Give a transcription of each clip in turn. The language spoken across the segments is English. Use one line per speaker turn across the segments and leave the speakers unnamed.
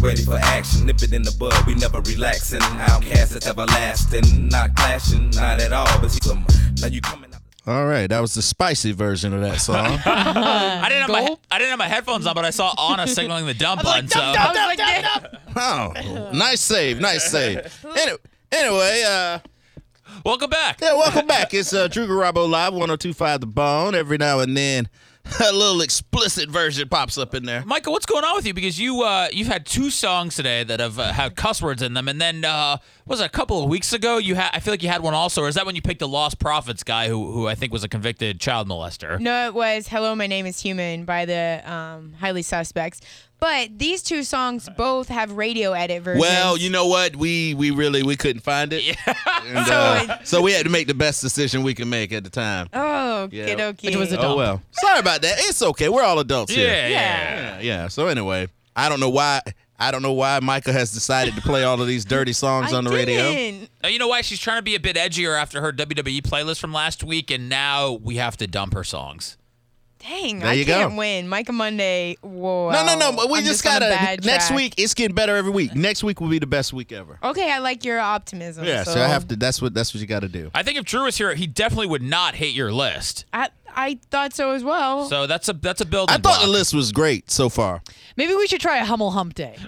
ready for action. Nip it in the bud, we never relaxing. Outcast that's everlasting, not clashing, not at all. But see some, now you coming out.
All right, that was the spicy version of that song.
I didn't have my
Gulp?
I didn't have my headphones on, but I saw Anna signaling the dump button. So
I was like, yeah.
oh, nice save, nice save. Any- anyway, uh,
welcome back.
yeah, welcome back. It's uh, Drew Garabo Live, 1025 The Bone. Every now and then, a little explicit version pops up in there.
Michael, what's going on with you? Because you uh, you've had two songs today that have uh, had cuss words in them, and then uh, was it a couple of weeks ago you had I feel like you had one also. Or is that when you picked the Lost Prophets guy who who I think was a convicted child molester?
No, it was Hello, My Name is Human by the um, Highly Suspects. But these two songs both have radio edit versions.
Well, you know what? We we really we couldn't find it. And, uh, so we had to make the best decision we could make at the time.
Oh,
Yeah.
kid, okay.
It was a
Oh
dump.
well. Sorry about that. It's okay. We're all adults here.
Yeah, yeah. yeah.
Yeah, yeah. So anyway, I don't know why I don't know why Micah has decided to play all of these dirty songs
I
on the radio.
didn't.
Now, you know why she's trying to be a bit edgier after her WWE playlist from last week, and now we have to dump her songs.
Dang,
There
I
you go.
can't win. Micah Monday. Whoa.
No, no, no. But we
I'm
just,
on a
gotta
bad
next
track.
week. It's getting better every week. Next week will be the best week ever.
Okay, I like your optimism.
Yeah. So, I have to. That's what. That's what you got to do.
I think if Drew was here, he definitely would not hate your list.
I, I thought so as well.
So that's a that's a building.
I thought the
block.
list was great so far.
Maybe we should try a Hummel Hump Day.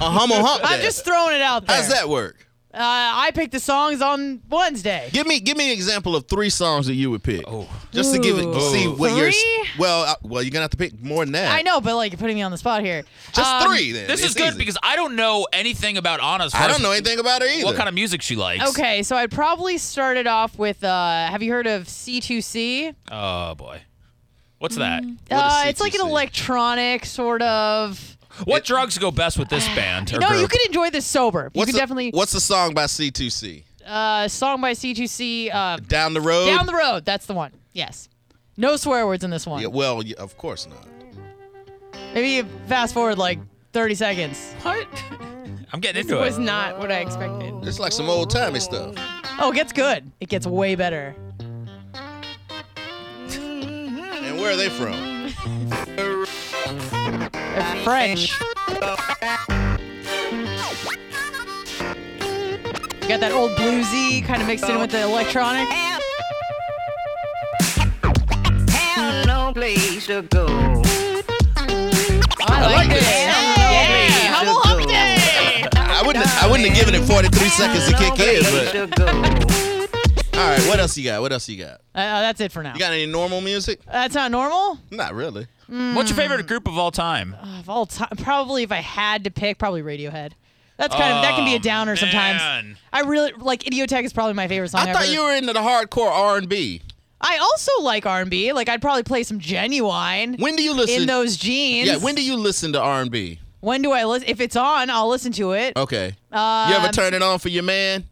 A humble hump.
I'm
day.
just throwing it out there.
How's that work?
Uh, I picked the songs on Wednesday.
Give me give me an example of three songs that you would pick. Oh. Just to give it
Ooh.
see what your
Three?
well uh, well you're gonna have to pick more than that.
I know, but like you're putting me on the spot here.
Just
Um,
three. Then
This
It's
is good
easy.
because I don't know anything about Anna's.
I don't
first-
know anything about her either.
what kind of music she likes.
Okay, so I probably started off with. Uh, have you heard of C2C?
Oh boy, what's that?
is
Uh, it's like an
C2C?
electronic sort of.
What drugs go best with this band? Or
no, you
group?
could enjoy this sober. You
what's
could
the,
definitely.
What's the song by C2C?
Uh, song by C2C. Uh,
Down the road.
Down the road. That's the one. Yes. No swear words in this one.
Yeah, well, yeah, of course not.
Maybe you fast forward like 30 seconds.
What? I'm getting
this
into
was
it.
not what I expected.
It's like some old timey stuff.
Oh, it gets good. It gets way better.
And where are they from?
They're French. You got that old bluesy kind of mixed in with the electronic. Uh,
Have no place to go.
I, like this.
Hey,
Yeah. Humble
to
Hump
go.
Day.
I wouldn't. I wouldn't have given it 43 seconds to
No
kick in.
place
But
to go.
all right, what else you got? What else you got?
Uh, uh, that's it for now.
You got any normal music?
that's not normal.
Not really.
What's your
Mm.
favorite group of all time?
Of all time, probably if I had to pick, probably Radiohead. That's kind of that can be
Oh,
a downer
man.
sometimes. I really like Idiotech is probably my favorite song.
I thought
ever.
you were into the hardcore R&B.
I also like R&B. Like I'd probably play some Genuine
When do you listen?
in those jeans.
yeah. When do you listen to R&B?
When do I listen? If it's on, I'll listen to it.
Okay. you
Um,
ever turn it on for your man?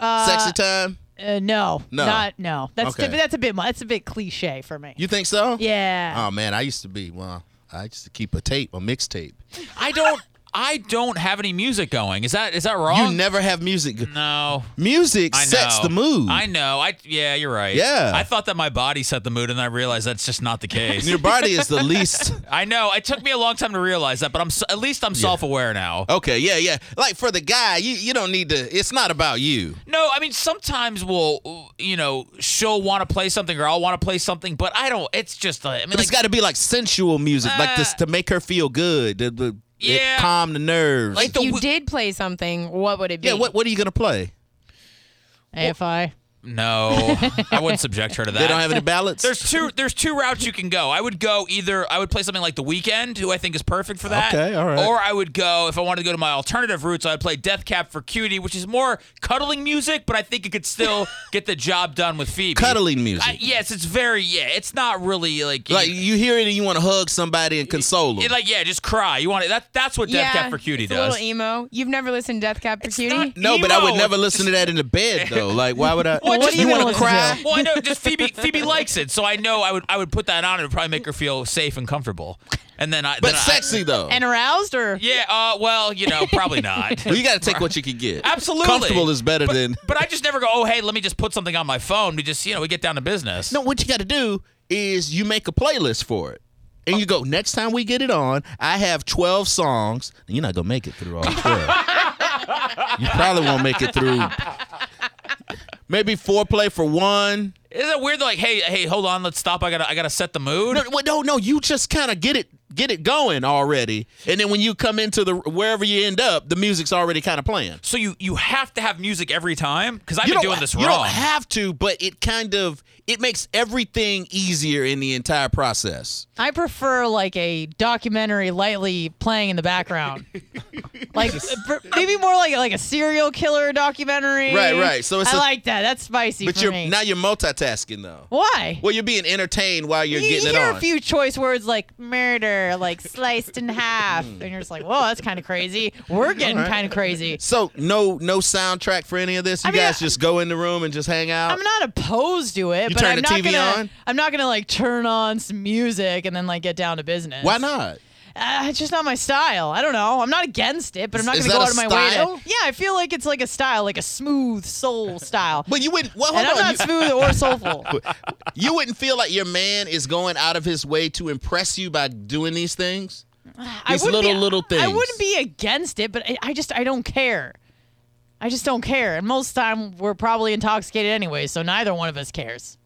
Sexy time.
Uh, no,
No.
not no. That's
Okay.
that's a bit mu- that's a bit cliche for me.
You think so?
yeah.
Oh man, I used to be. Well, I used to keep a tape, a mixtape.
I don't. I don't have any music going. Is that is that wrong?
You never have music.
no.
Music
I know.
sets the mood.
I know. I yeah, you're right.
Yeah.
I thought that my body set the mood, and I realized that's just not the case.
Your body is the least.
I know. It took me a long time to realize that, but I'm s- at least I'm self-aware now.
Okay, yeah, yeah. Like for the guy, you you don't need to. It's not about you.
No, I mean sometimes we'll, you know, she'll want to play something or I'll want to play something, but I don't. It's just, uh, I mean,
But it's
like,
got to be like sensual music, like this
Uh,
to make her feel good, to, to-
Yeah.
it calm the nerves.
Like-
If
the
you
w-
did play something, what would it be?
yeah. What what are you gonna play?
AFI.
no, I wouldn't subject her to that.
They don't have any ballads.
there's two. There's two routes you can go. I would go either. I would play something like The Weekend, who I think is perfect for that.
Okay, all right.
Or I would go if I wanted to go to my alternative routes. I'd play Death Cab for Cutie, which is more cuddling music, but I think it could still get the job done with Phoebe.
cuddling music.
I, yes, it's very yeah. It's not really like
like you hear it and you want to hug somebody and console them.
It, like yeah, just cry. You want it? That, that's what Death
yeah,
Cab for Cutie
it's
does.
A little emo. You've never listened to Death Cab for Cutie?
not-
no, but I would
emo.
never listen to that in the bed though. Like why would I?
What do
you
you
wanna
listen to?
cry?
Well, I know just Phoebe. Phoebe likes it, so I know I would I would put that on. It would probably make her feel safe and comfortable. And then I
But
then I-
sexy though.
And aroused or
yeah. Uh. Well, you know, probably not.
Well, you got to take what you can get.
Absolutely.
Comfortable is better
but,
than.
But I just never go. Oh, hey, let me just put something on my phone. We just you know we get down to business.
No, what you got to do is you make a playlist for it. And you go, next time we get it on, I have 12 songs. And you're not going to make it through all 12. you probably won't make it through maybe foreplay for one.
Isn't it weird? Like, hey, hey, hold on, let's stop. I gotta, I gotta set the mood.
No, well, no, no. You just kind of get it, get it going already, and then when you come into the wherever you end up, the music's already kind of playing.
So you, you have to have music every time because I've
you
been
don't,
doing this
You
wrong.
don't have to, but it kind of it makes everything easier in the entire process.
I prefer like a documentary lightly playing in the background, like per- maybe more like like a serial killer documentary.
Right, right. So it's
I
a-
like that. That's spicy
But
for
you're
me.
now you're multitasking though.
Why?
Well, you're being entertained while you're
you
getting
you
it
hear
on.
a few choice words like murder, like sliced in half, and you're just like, whoa, that's kind of crazy. We're getting kind of crazy.
so no no soundtrack for any of this. You
mean,
guys
I-
just go in the room and just hang out.
I'm not opposed to it,
You
but
turn
I'm
the
not
TV
gonna.
on?
I'm not gonna like turn on some music and then like get down to business.
Why not?
Uh, it's just not my style. I don't know. I'm not against it, but I'm not
Is
gonna go
that
out
a
of my way.
style?
To, yeah, I feel like it's like a style, like a smooth soul style.
But you wouldn't. Well, hold
and I'm
on.
not
you,
smooth or soulful.
you wouldn't feel like your man is going out of his way to impress you by doing these things.
I
These
wouldn't
little,
be,
little
I
things.
wouldn't be against it, but I, I just I don't care. I just don't care. And most time we're probably intoxicated anyway, so neither one of us cares.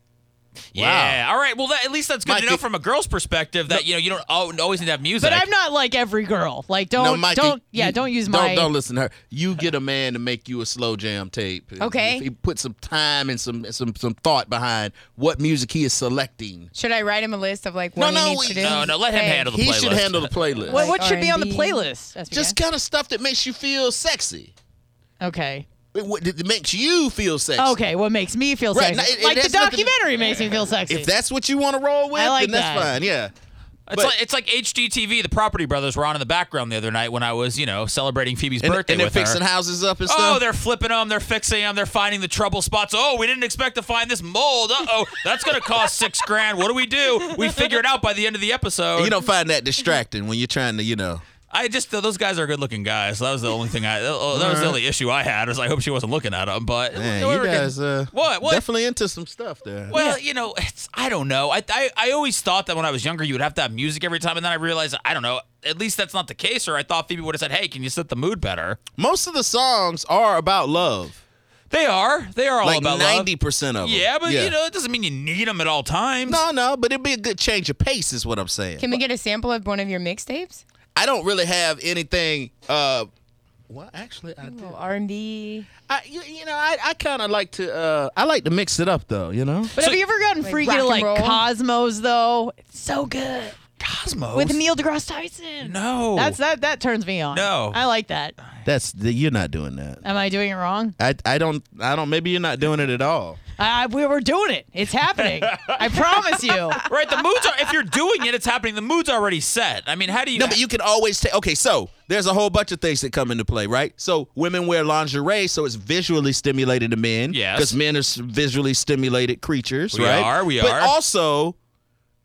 yeah. All right. Well, that, at least that's good
Mike,
to know
it-
from a girl's perspective that you know you don't al- always need to have music.
But I'm not like every girl. Like don't
no, Mikey,
don't yeah
you-
don't use
don't,
my
Don't listen to her. You get a man to make you a slow jam tape.
Okay.
If he put some time and some some some thought behind what music he is selecting.
Should I write him a list of like
No,
what
no,
he needs to
we-
do?
No, no. Let him
Hey,
handle the
He
playlist.
should handle the playlist.
what, what
Like
should be on the
R&B.
playlist? SBK?
Just kind of stuff that makes you feel sexy.
okay.
It, what- it makes you feel sexy.
Okay, what makes me feel
Right,
sexy?
now, it- it
like the
has nothing to-
documentary makes me feel sexy.
If that's what you want to roll with,
I
then
like
that's
that.
fine. Yeah.
It's
But-
like it's like HGTV. The Property Brothers were on in the background the other night when I was you know celebrating Phoebe's
And,
birthday
and they're
with her.
fixing houses up and
Oh,
stuff.
they're flipping them. They're fixing them. They're finding the trouble spots. Oh, we didn't expect to find this mold. Uh oh, that's gonna cost six grand. What do we do? We figure it out by the end of the episode.
you don't find that distracting when you're trying to, you know.
I just those guys are good-looking guys. So that was the only thing I. oh, That was the only issue I had. Was I hope she wasn't looking at them. But
Uh-huh. Man,
we
you
were getting-
guys uh,
What? What?
definitely into some stuff there.
Well, you know, it's, I don't know. I, I I always thought that when I was younger, you would have to have music every time, and then I realized I don't know. At least that's not the case. Or I thought Phoebe would have said, "Hey, can you set the mood better?"
Most of the songs are about love.
They are. They are all
like
about love.
ninety percent of them.
Yeah, but you know, it doesn't mean you need them at all times.
No, no, but it'd be a good change of pace, is what I'm saying.
Can we get a sample of one of your mixtapes?
I don't really have anything. Uh, well, actually, I,
A
do.
little R&B.
I you, you know, I, I kind of like to. Uh, I like to mix it up, though. You know.
but
So-
have you ever gotten
Like
freaky to
rock
like
and roll?
Cosmos though? It's so good.
Cosmos
With Neil deGrasse Tyson.
Oh, No,
That's that that turns me on.
No.
I like that.
That's the, you're not doing that.
Uh.
Am I doing it wrong?
I I don't I don't. Maybe you're not doing it at all.
I, I- we were doing it. It's happening. I promise you.
right. The moods are. If you're doing it, it's happening. The mood's already set. I mean, how do you?
No, but you can always take. Okay, so there's a whole bunch of things that come into play, right? So women wear lingerie, so it's visually stimulated to men.
Yes.
Because men are s- visually stimulated creatures,
We
right?
are, we
But
are.
also,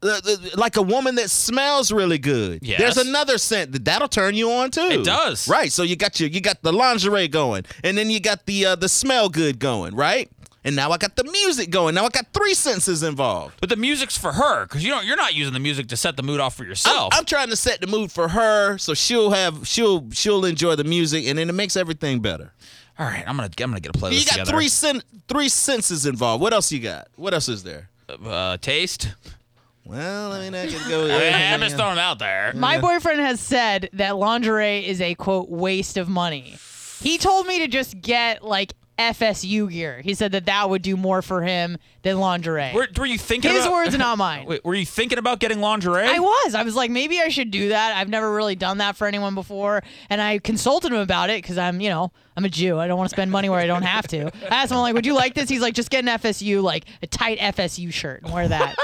the- the- like a woman that smells really good.
Yes.
There's another scent that that'll turn you on too.
It does.
Right. So you got your you got the lingerie going, and then you got the uh, the smell good going, right? And now I got the music going. Now I got three senses involved.
But the music's for her because you don't. You're not using the music to set the mood off for
I'm,
yourself.
I'm trying to set the mood for her, so she'll have she'll she'll enjoy the music, and then it makes everything better.
All right, I'm gonna I'm gonna get a playlist
you got
together.
three sen- three senses involved. What else you got? What else is there?
uh, taste.
Well, I mean, I can go.
I mean, I'm just throwing them out there.
Mm.
My boyfriend has said that lingerie is a quote waste of money. He told me to just get like FSU gear. He said that that would do more for him than lingerie.
Were, were you thinking?
His
about,
words, not mine.
Wait, were you thinking about getting lingerie?
I was. I was like, maybe I should do that. I've never really done that for anyone before. And I consulted him about it because I'm, you know, I'm a Jew. I don't want to spend money where I don't have to. I asked him, I'm like, would you like this? He's like, just get an FSU, like a tight FSU shirt and wear that.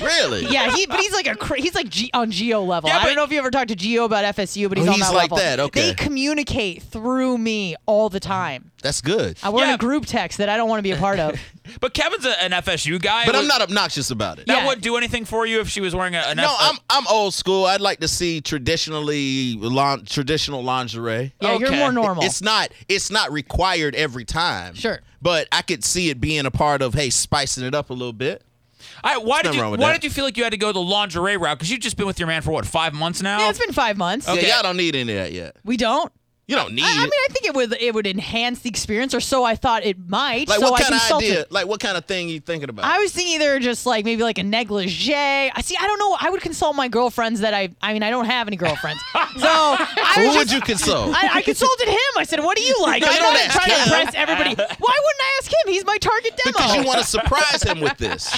really?
yeah, he, but he's like a cra- he's like G- on Geo level.
Yeah,
I
but-
don't know if you ever talked to Geo about FSU, but he's
Oh,
on
he's
that
like
level.
that, okay.
They communicate through me all the time.
That's good.
I we're in
Yeah.
a group text that I don't want to be a part of.
But Kevin's a, an FSU guy.
But I'm
Would-
not obnoxious about it.
That
Yeah.
wouldn't do anything for you if she was wearing a, an
No,
F-
I'm I'm old school. I'd like to see traditionally lon- traditional lingerie.
Yeah, you're
Okay.
more normal.
It's not it's not required every time.
Sure.
But I could see it being a part of hey, spicing it up a little bit.
All right, why did
nothing
you
wrong
why
with that.
did you feel like you had to go the lingerie route? Because you've just been with your man for what five months now.
Yeah, it's been five months.
Okay.
Yeah, y'all don't need any of that yet.
We don't.
You don't need
I, I mean,
it.
I think it would it would enhance the experience, or so I thought it might.
Like
so
what
I
kind of
consulted.
idea? Like what kind of thing you thinking about?
I was thinking either just like maybe like a negligee. I see. I don't know. I would consult my girlfriends that I. I mean, I don't have any girlfriends, so I
Who
was
would
just.
you consult?
I, I consulted him. I said, "What do you like?"
No,
I'm
you don't
not
ask
trying to
him.
impress everybody. Why wouldn't I ask him? He's my target demo.
because you want to surprise him with this.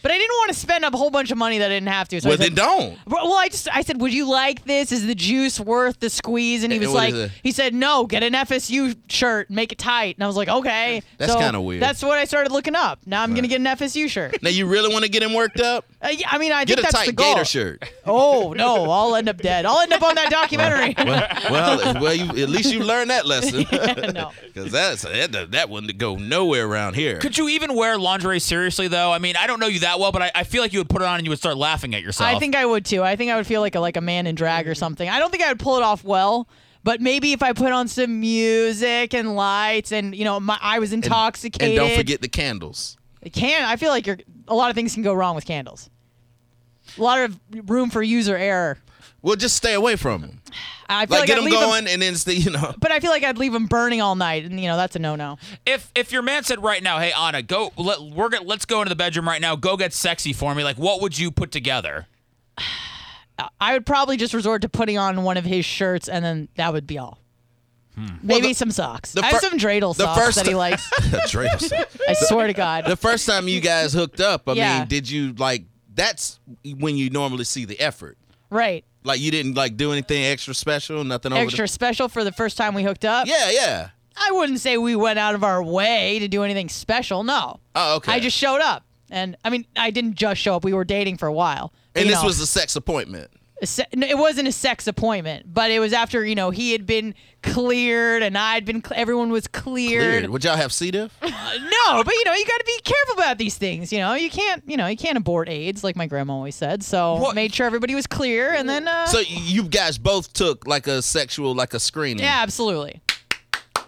but I didn't want to spend up a whole bunch of money that I didn't have to. So I
well,
said,
then don't.
Bro, Well, I just I said, would you like this? Is the juice worth the squeeze? And he
And
was
Eh, what
like,
is it?
he said, no, get an FSU shirt, make it tight. And I was like, okay.
That's
So
kinda weird.
That's what I started looking up. Now I'm gonna get an FSU shirt.
Now you really want to get him worked up?
Uh, yeah, I mean, I
Get
think
a
that's the
tight
goal.
gator shirt.
Oh no, I'll end up dead. I'll end up on that documentary.
well, well, you, at least you learned that lesson.
no.
Because that's that, that wouldn't go nowhere around here.
Could you even wear lingerie seriously though? I mean, I don't know you that well, but I, I feel like you would put it on and you would start laughing at yourself.
I think I would too. I think I would feel like a, like a man in drag or something. I don't think I would pull it off well. But maybe if I put on some music and lights, and you know, my I was
and
intoxicated.
don't forget the candles.
It can. I feel like you're, a lot of things can go wrong with candles. A lot of room for user error.
Well, just stay away from them.
I feel
Like,
like,
get
I'd
them
leave 'em-
going, and then stay, you know.
but I feel like I'd leave them burning all night, and you know that's a no-no.
if if your man said right now, "Hey Anna, go let we're going let's go into the bedroom right now. Go get sexy for me." Like, what would you put together?
I would probably just resort to putting on one of his shirts, and then that would be all. Maybe
the-
some socks.
the
I have
fir-
some dreidel
the
socks
first
that he
ti-
likes.
Dreidel set.
I swear to God.
the first time you guys hooked up, I
Yeah.
mean, did you like? That's when you normally see the effort.
right.
Like you didn't like do anything extra special, nothing over.
Extra
The,
special for the first time we hooked up.
yeah, yeah.
I wouldn't say we went out of our way to do anything special. No.
Oh, okay.
I just showed up. And I mean, I didn't just show up. We were dating for a while.
and
You
this
know,
was a sex appointment.
a se- no, it wasn't a sex appointment, but it was after, you know, he had been cleared and I'd been, cl- everyone was cleared.
Weird. Would y'all have C diff?
No, but you know, you got to be careful about these things. You know, you can't, you know, you can't abort AIDS like my grandma always said. So
What?
made sure everybody was clear and then, uh,
so you guys both took like a sexual, like a screening.
yeah, absolutely.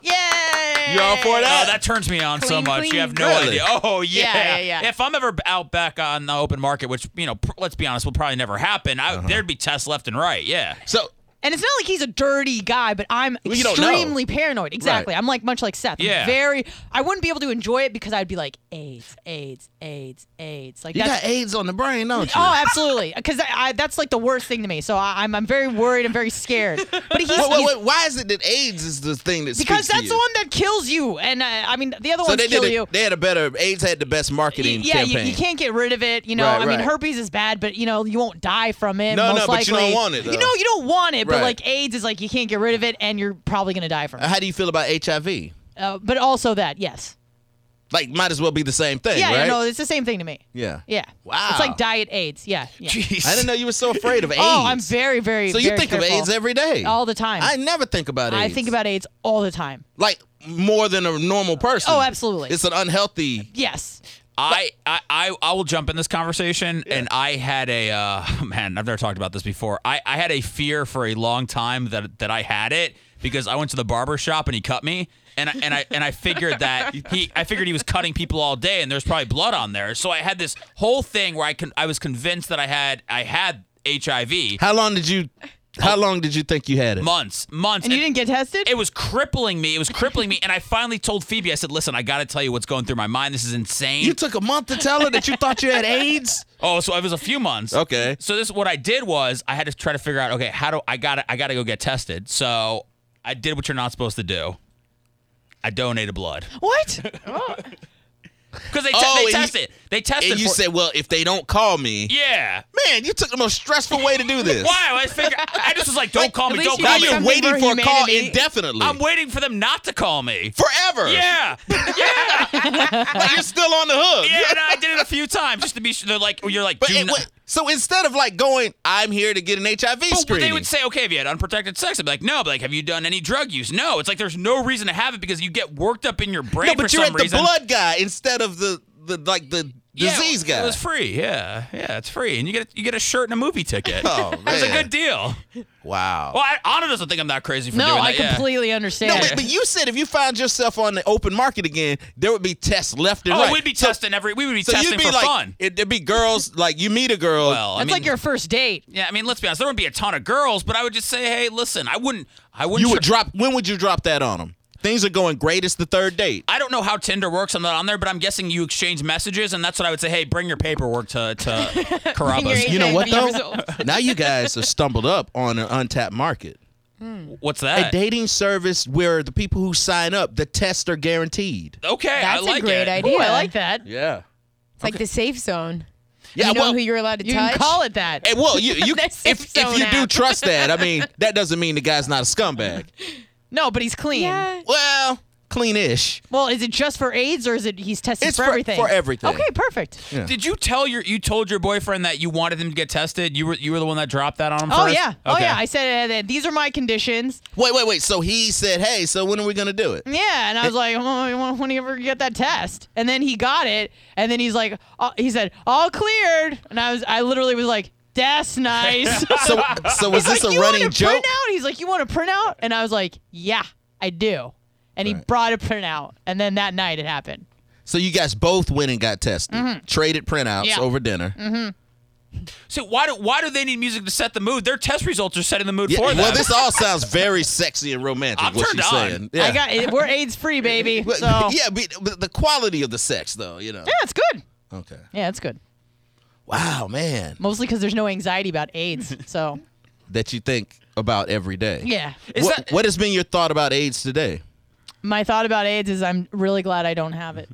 Yay.
You all for that?
Oh, that turns me on so
Clean,
much.
clean.
You have no
Really?
idea. Oh yeah.
Yeah, yeah, yeah.
If I'm ever out back on the open market, which you know, pr- let's be honest, will probably never happen. I, There'd be tests left and right. Yeah.
So
And it's not like he's a dirty guy, but I'm
Well, you don't know.
extremely paranoid. Exactly. I'm like much like Seth. I'm
Yeah.
very I wouldn't be able to enjoy it because I'd be like AIDS, AIDS, AIDS, AIDS. Like
you
that's
got AIDS on the brain, don't you?
Oh, absolutely. Because I, I, that's like the worst thing to me. So I, I'm, I'm very worried. I'm very scared. But he's,
Wait, wait,
he's-
wait, why is it that AIDS is the thing that speaks
because
to
that's
you?
the one that kills you. And uh, I mean, the other
So
ones
they
kill
did.
you.
A, they had a better. AIDS had the best
Y-
marketing
yeah, you,
campaign.
you can't get rid of it. You know,
Right,
I mean,
right.
herpes is bad, but you know, you won't die from it.
No,
most
no, but you don't
likely.
want it,
You
though.
know, you don't want it, but
Right. Uh-huh.
like AIDS is like you can't get rid of it, and you're probably gonna die from it.
Uh, How do you feel about HIV?
Uh, but also that, yes.
Like, might as well be the same thing,
Yeah,
right?
no, it's the same thing to me.
yeah.
Yeah.
Wow.
It's like diet AIDS. Yeah. yeah.
I didn't know you were so afraid of AIDS.
Oh, I'm very, very.
So you
very
think of
careful.
AIDS every day,
All the time.
I never think about AIDS.
I think about AIDS all the time.
like more than a normal person.
Oh, absolutely.
It's an unhealthy.
Yes.
I, I, I, I will jump in this conversation, and I had a uh, man. I've never talked about this before. I, I had a fear for a long time that that I had it because I went to the barber shop and he cut me, and I, and I and I figured that he I figured he was cutting people all day, and there's probably blood on there. So I had this whole thing where I con- I was convinced that I had I had HIV
How long did you? How
Oh.
long did you think you had it?
months months
And you didn't get tested?
it was crippling me. It was crippling me. And I finally told Phoebe, I said, listen, I got to tell you what's going through my mind. This is insane.
You took a month to tell her that you thought you had AIDS.
oh, so it was a few months.
Okay.
So this what I did was I had to try to figure out, okay, how do I got to I got to go get tested. So I did what you're not supposed to do. I donated blood
what?
because they, te-
Oh,
they
and
test
you-
it. They tested.
And you
for-
said, "Well, if they don't call me,
yeah.
man, you took the most stressful way to do this."
Why? I figured. I just was like, don't call
at
me. Don't
least you
Now
call
did
me.
you're
something
waiting
for
for a call
humanity.
indefinitely.
I'm waiting for them not to call me.
forever.
Yeah. Yeah.
like you're still on the hook.
Yeah. And I did it a few times just to be sure. They're like, you're like,
But
do
it,
not-
wa- so instead of like going, I'm here to get an HIV
But
screening.
they would say, okay, have you had unprotected sex? I'd be like, no. But like, have you done any drug use? No. It's like there's no reason to have it because you get worked up in your brain
no, but
for
you're
some
at the
reason.
blood guy instead of the the the like the
Yeah,
disease
It
guy.
was free. Yeah, yeah, it's free, and you get you get a shirt and a movie ticket.
Oh,
That's a
man.
good deal.
wow.
Well, I, Anna doesn't think I'm that crazy for
No,
doing
I
that. yeah.
completely
no,
understand.
but, but you said if you found yourself on the open market again, there would be tests left and
Oh,
right.
we'd be
So-
testing every. We would be
So
testing
you'd be
for
like,
fun.
It, there'd be girls like you meet a girl.
Well, I
That's
mean,
like your first date.
yeah. I mean, let's be honest. There wouldn't be a ton of girls, but I would just say, hey, listen, I wouldn't. I wouldn't.
you would
tr-
drop. When would you drop that on them? Things are going great. It's the third date.
I don't know how Tinder works. I'm not on there, but I'm guessing you exchange messages, and that's what I would say. Hey, bring your paperwork to to
Bring
Carrabba's.
your-
You know what
Your
though?
results.
now you guys have stumbled up on an untapped market.
What's
e-, A
that?
dating service where the people who sign up, the tests are guaranteed.
Okay,
That's
I
a
like
great
it.
idea.
Ooh, I
Yeah.
like that.
Yeah.
It's like the safe zone.
Yeah.
you know
well,
who you're allowed to
You
touch.
can call it that.
eh, well, you, you
That's
if,
his
if
own
you do
app.
trust that, I mean, that doesn't mean the guy's not a scumbag.
No, but he's clean.
Yeah.
Well, clean-ish.
Well, is it just for AIDS or is it he's tested
It's
for,
for-
everything?
for everything.
Okay, perfect.
Yeah.
Did you tell your you told your boyfriend that you wanted him to get tested? You were you were the one that dropped that on him.
Oh
first?
yeah. Oh
Okay.
yeah. I said uh, that these are my conditions.
Wait, wait, wait. So he said, "Hey, so when are we gonna do it?"
Yeah, and I was like, oh, when do you ever get that test? And then he got it, and then he's like, uh, he said, all cleared, and I was, I literally was like, that's nice.
So, so was
He's
this
like,
a
"You want
running joke?
Printout? He's like, you want a printout? And I was like, yeah, I do. And he
Right.
brought a printout, and then that night it happened.
So you guys both went and got tested, traded printouts
Mm-hmm. Yeah. Mm-hmm.
over dinner.
So why do why do they need music to set the mood? Their test results are setting the mood
Yeah,
for them.
well, this all sounds very sexy and romantic.
I'm
what
turned
she's
on.
saying. Yeah.
I got it. We're AIDS free, baby.
But-
so yeah,
yeah, but, but the quality of the sex, though, you know.
it's good.
Okay.
Yeah, it's good.
Wow, man,
Mostly because there's no anxiety about AIDS. So
that you think about every day.
yeah,
Is
what,
that-
what has been your thought about AIDS today?
my thought about AIDS is I'm really glad I don't have it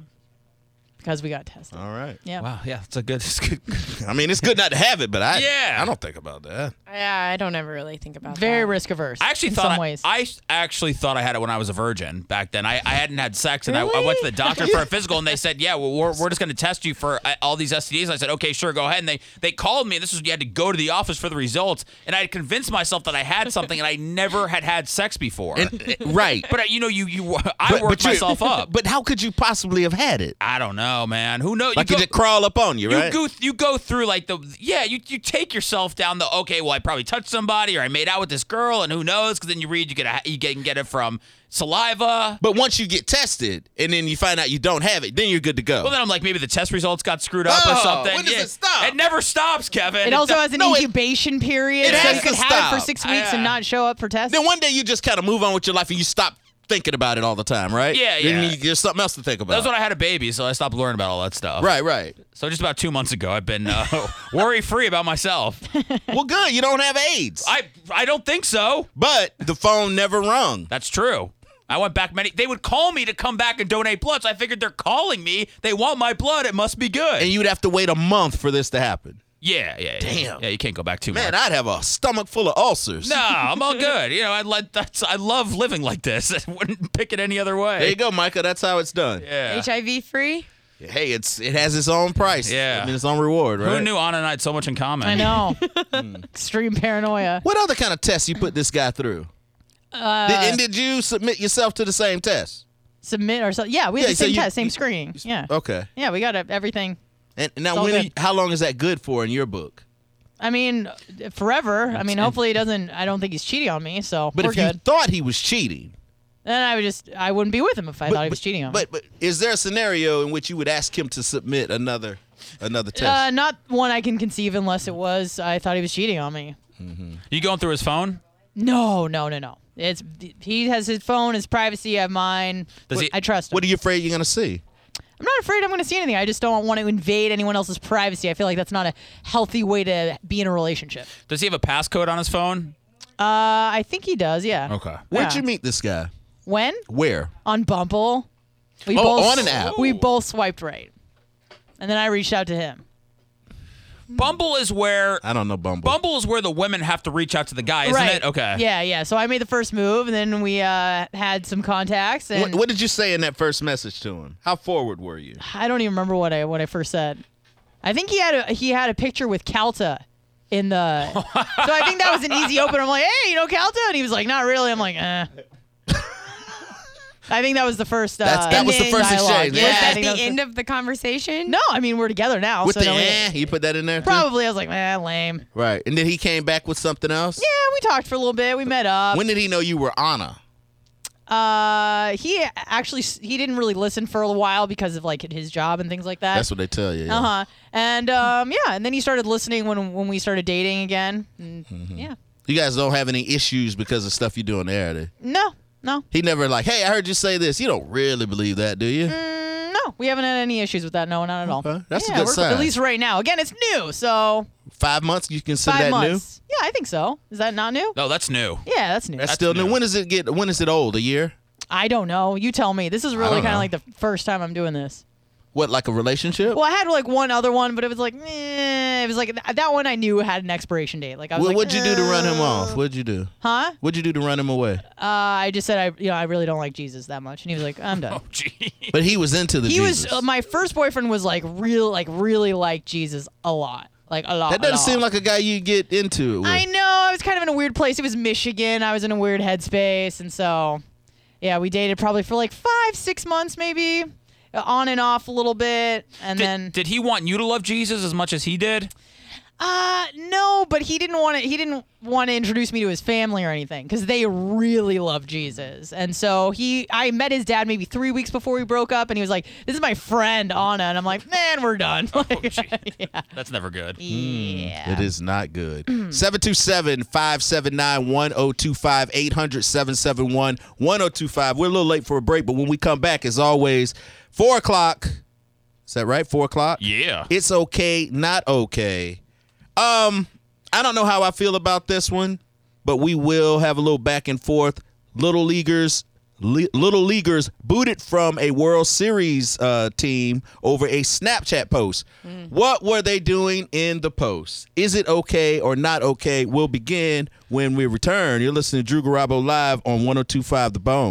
because we got tested.
All right.
Yeah.
wow, yeah, it's a good. It's good.
I mean, it's good not to have it, but I
Yeah.
I don't think about that.
Yeah, I don't ever really think about
Very
that.
risk averse.
I actually
in
thought
some
I,
ways.
I s- actually thought I had it when I was a virgin back then. I, I hadn't had sex, and I, I went to the doctor for a physical, and they said, "Yeah, well, we're, we're just going to test you for uh, all these STDs." And I said, "Okay, sure, go ahead." And they they called me. This was you had to go to the office for the results, and I had convinced myself that I had something, and I never had had sex before.
eh, right.
but uh, you know, you you I worked
you-
myself up.
But how could you possibly have had it?
I don't know, man. Who knows?
Like
you
it
go,
just crawl up on you,
you
right?
go you go through like the yeah you you take yourself down the okay well I probably touched somebody or I made out with this girl and who knows because then you read you get a, you get, can get it from saliva.
But once you get tested and then you find out you don't have it, then you're good to go.
Well then I'm like maybe the test results got screwed up or
Oh,
something.
when does
Yeah.
it stop?
It never stops, Kevin.
It also
do-
has an
no, it-
incubation period,
it
so
has
you could
to
have it for
stop.
six weeks
Yeah.
and not show up for testing.
then one day you just kind of move on with your life and you stop thinking about it all the time, right?
Yeah,
then
yeah.
You, there's something else to think about.
That was when I had a baby, so I stopped learning about all that stuff.
right, right.
So just about two months ago, I've been uh, worry free about myself.
well, good. You don't have AIDS.
I I don't think so.
but the phone never rung.
That's true. I went back many. They would call me to come back and donate blood. So I figured they're calling me. They want my blood. It must be good.
And you'd have to wait a month for this to happen.
yeah, yeah, yeah.
Damn.
Yeah, you can't go back too
Man,
much.
I'd have a stomach full of ulcers.
no, I'm all good. You know, I like that's. I love living like this. I wouldn't pick it any other way.
There you go, Micah. That's how it's done.
Yeah.
HIV free.
Hey, it's it has its own price.
Yeah.
I mean, its own reward, right?
Who knew Anna and I had so much in common?
I know.
Hmm.
Extreme paranoia.
What other kind of tests you put this guy through? Uh, did, and did you submit yourself to the same test?
Submit or so. Yeah, we had
Yeah,
the
so
same
you-
test, same
you-
screening. yeah.
Okay.
Yeah, we got it- everything.
And and now,
all
when are
good.
you- how long is that good for in your book?
I mean, forever. I mean, hopefully he doesn't. I don't think he's cheating on me, so
But
we're
if
good.
you thought he was cheating,
then I would just, I wouldn't be with him if I thought he was cheating on me.
but, but is there a scenario in which you would ask him to submit another another test?
Uh, not one I can conceive unless it was I thought he was cheating on me.
You going through his phone?
No, no, no, no. It's he has his phone, his privacy. I have mine.
Does he-
I trust him.
what are you afraid you're gonna see?
I'm not afraid I'm going to see anything. I just don't want to invade anyone else's privacy. I feel like that's not a healthy way to be in a relationship.
Does he have a passcode on his phone?
Uh, I think he does. Yeah.
Where'd
Yeah.
you meet this guy?
When
Where?
on Bumble, we
Oh, on an app.
We both swiped right, and then I reached out to him.
Bumble is where
I don't know Bumble.
Bumble is where the women have to reach out to the guy, isn't
right.
it? Okay.
Yeah, yeah. So I made the first move, and then we uh, had some contacts, and
What, what did you say in that first message to him? How forward were you?
I don't even remember what I what I first said. I think he had a he had a picture with Calta in the. so I think that was an easy open. I'm like, hey, you know Calta, and he was like, not really. I'm like, eh. I think that was the first. Uh,
That's- that was the first
dialogue.
exchange.
Yeah,
Was
I
that
think
the
was
end of the conversation?
No, I mean we're together now.
With
so
the
don't we-
eh, you put that in there. too?
probably I was like, man, lame. Yeah,
Right, and then he came back with something else. Yeah.
we talked for a little bit. We met up.
When did he know you were Anna?
uh, he actually s- he didn't really listen for a while because of like his job and things like that.
That's what they tell you. yeah.
Uh huh. And um, yeah, and then he started listening when when we started dating again. And,
Mm-hmm.
Yeah.
You guys don't have any issues because of stuff you do on the air. do you?
No, no,
He never like, hey, I heard you say this. You don't really believe that, do you?
mm, no. We haven't had any issues with that. No, not at all.
Okay. That's a
Yeah,
good
we're-
sign.
At least right now. Again, it's new, so
Five months, you consider
five
that
months. Yeah, I think so. Is that not new?
No, that's new.
Yeah, that's new.
new? That's, still new.
new.
When does it get? When is it old? A year?
I don't know. You tell me. This is really
don't
kind
know.
of like the first time I'm doing this.
What, like a relationship?
Well, I had like one other one, but it was like, eh, it was like th- that one I knew had an expiration date. Like I was
What,
like,
what'd you do to run him
"Uh,
off? What'd you do?
Huh?
What'd you do to run him away?
Uh, I just said I, you know, I really don't like Jesus that much, and he was like, I'm done.
Gee.
But he was into the
he
Jesus.
was uh, my first boyfriend was like real, like really like Jesus a lot, like a lot.
that
a
doesn't
lot.
seem like a guy you get into it with.
I know. I was kind of in a weird place. It was Michigan. I was in a weird headspace, and so, yeah, we dated probably for like five, six months, maybe, uh, on and off a little bit, and then
Did, did he want you to love Jesus as much as he did?
Uh, no, but he didn't want to. He didn't want to introduce me to his family or anything because they really love Jesus, and so he. I met his dad maybe three weeks before we broke up, and he was like, "This is my friend Anna," and I'm like, "Man, we're done." Like, yeah.
That's never good.
yeah.
It is not good. 727 579 1025 800 771 1025. We're a little late for a break, but when we come back, as always, 4 o'clock. Is that right? 4 o'clock?
Yeah.
It's okay, not okay. Um, I don't know how I feel about this one, but we will have a little back and forth. Little leaguers, le- little leaguers booted from a World Series uh, team over a Snapchat post. What were they doing in the post? Is it okay or not okay? We'll begin when we return. You're listening to Drew Garabo live on 102.5 The Bone.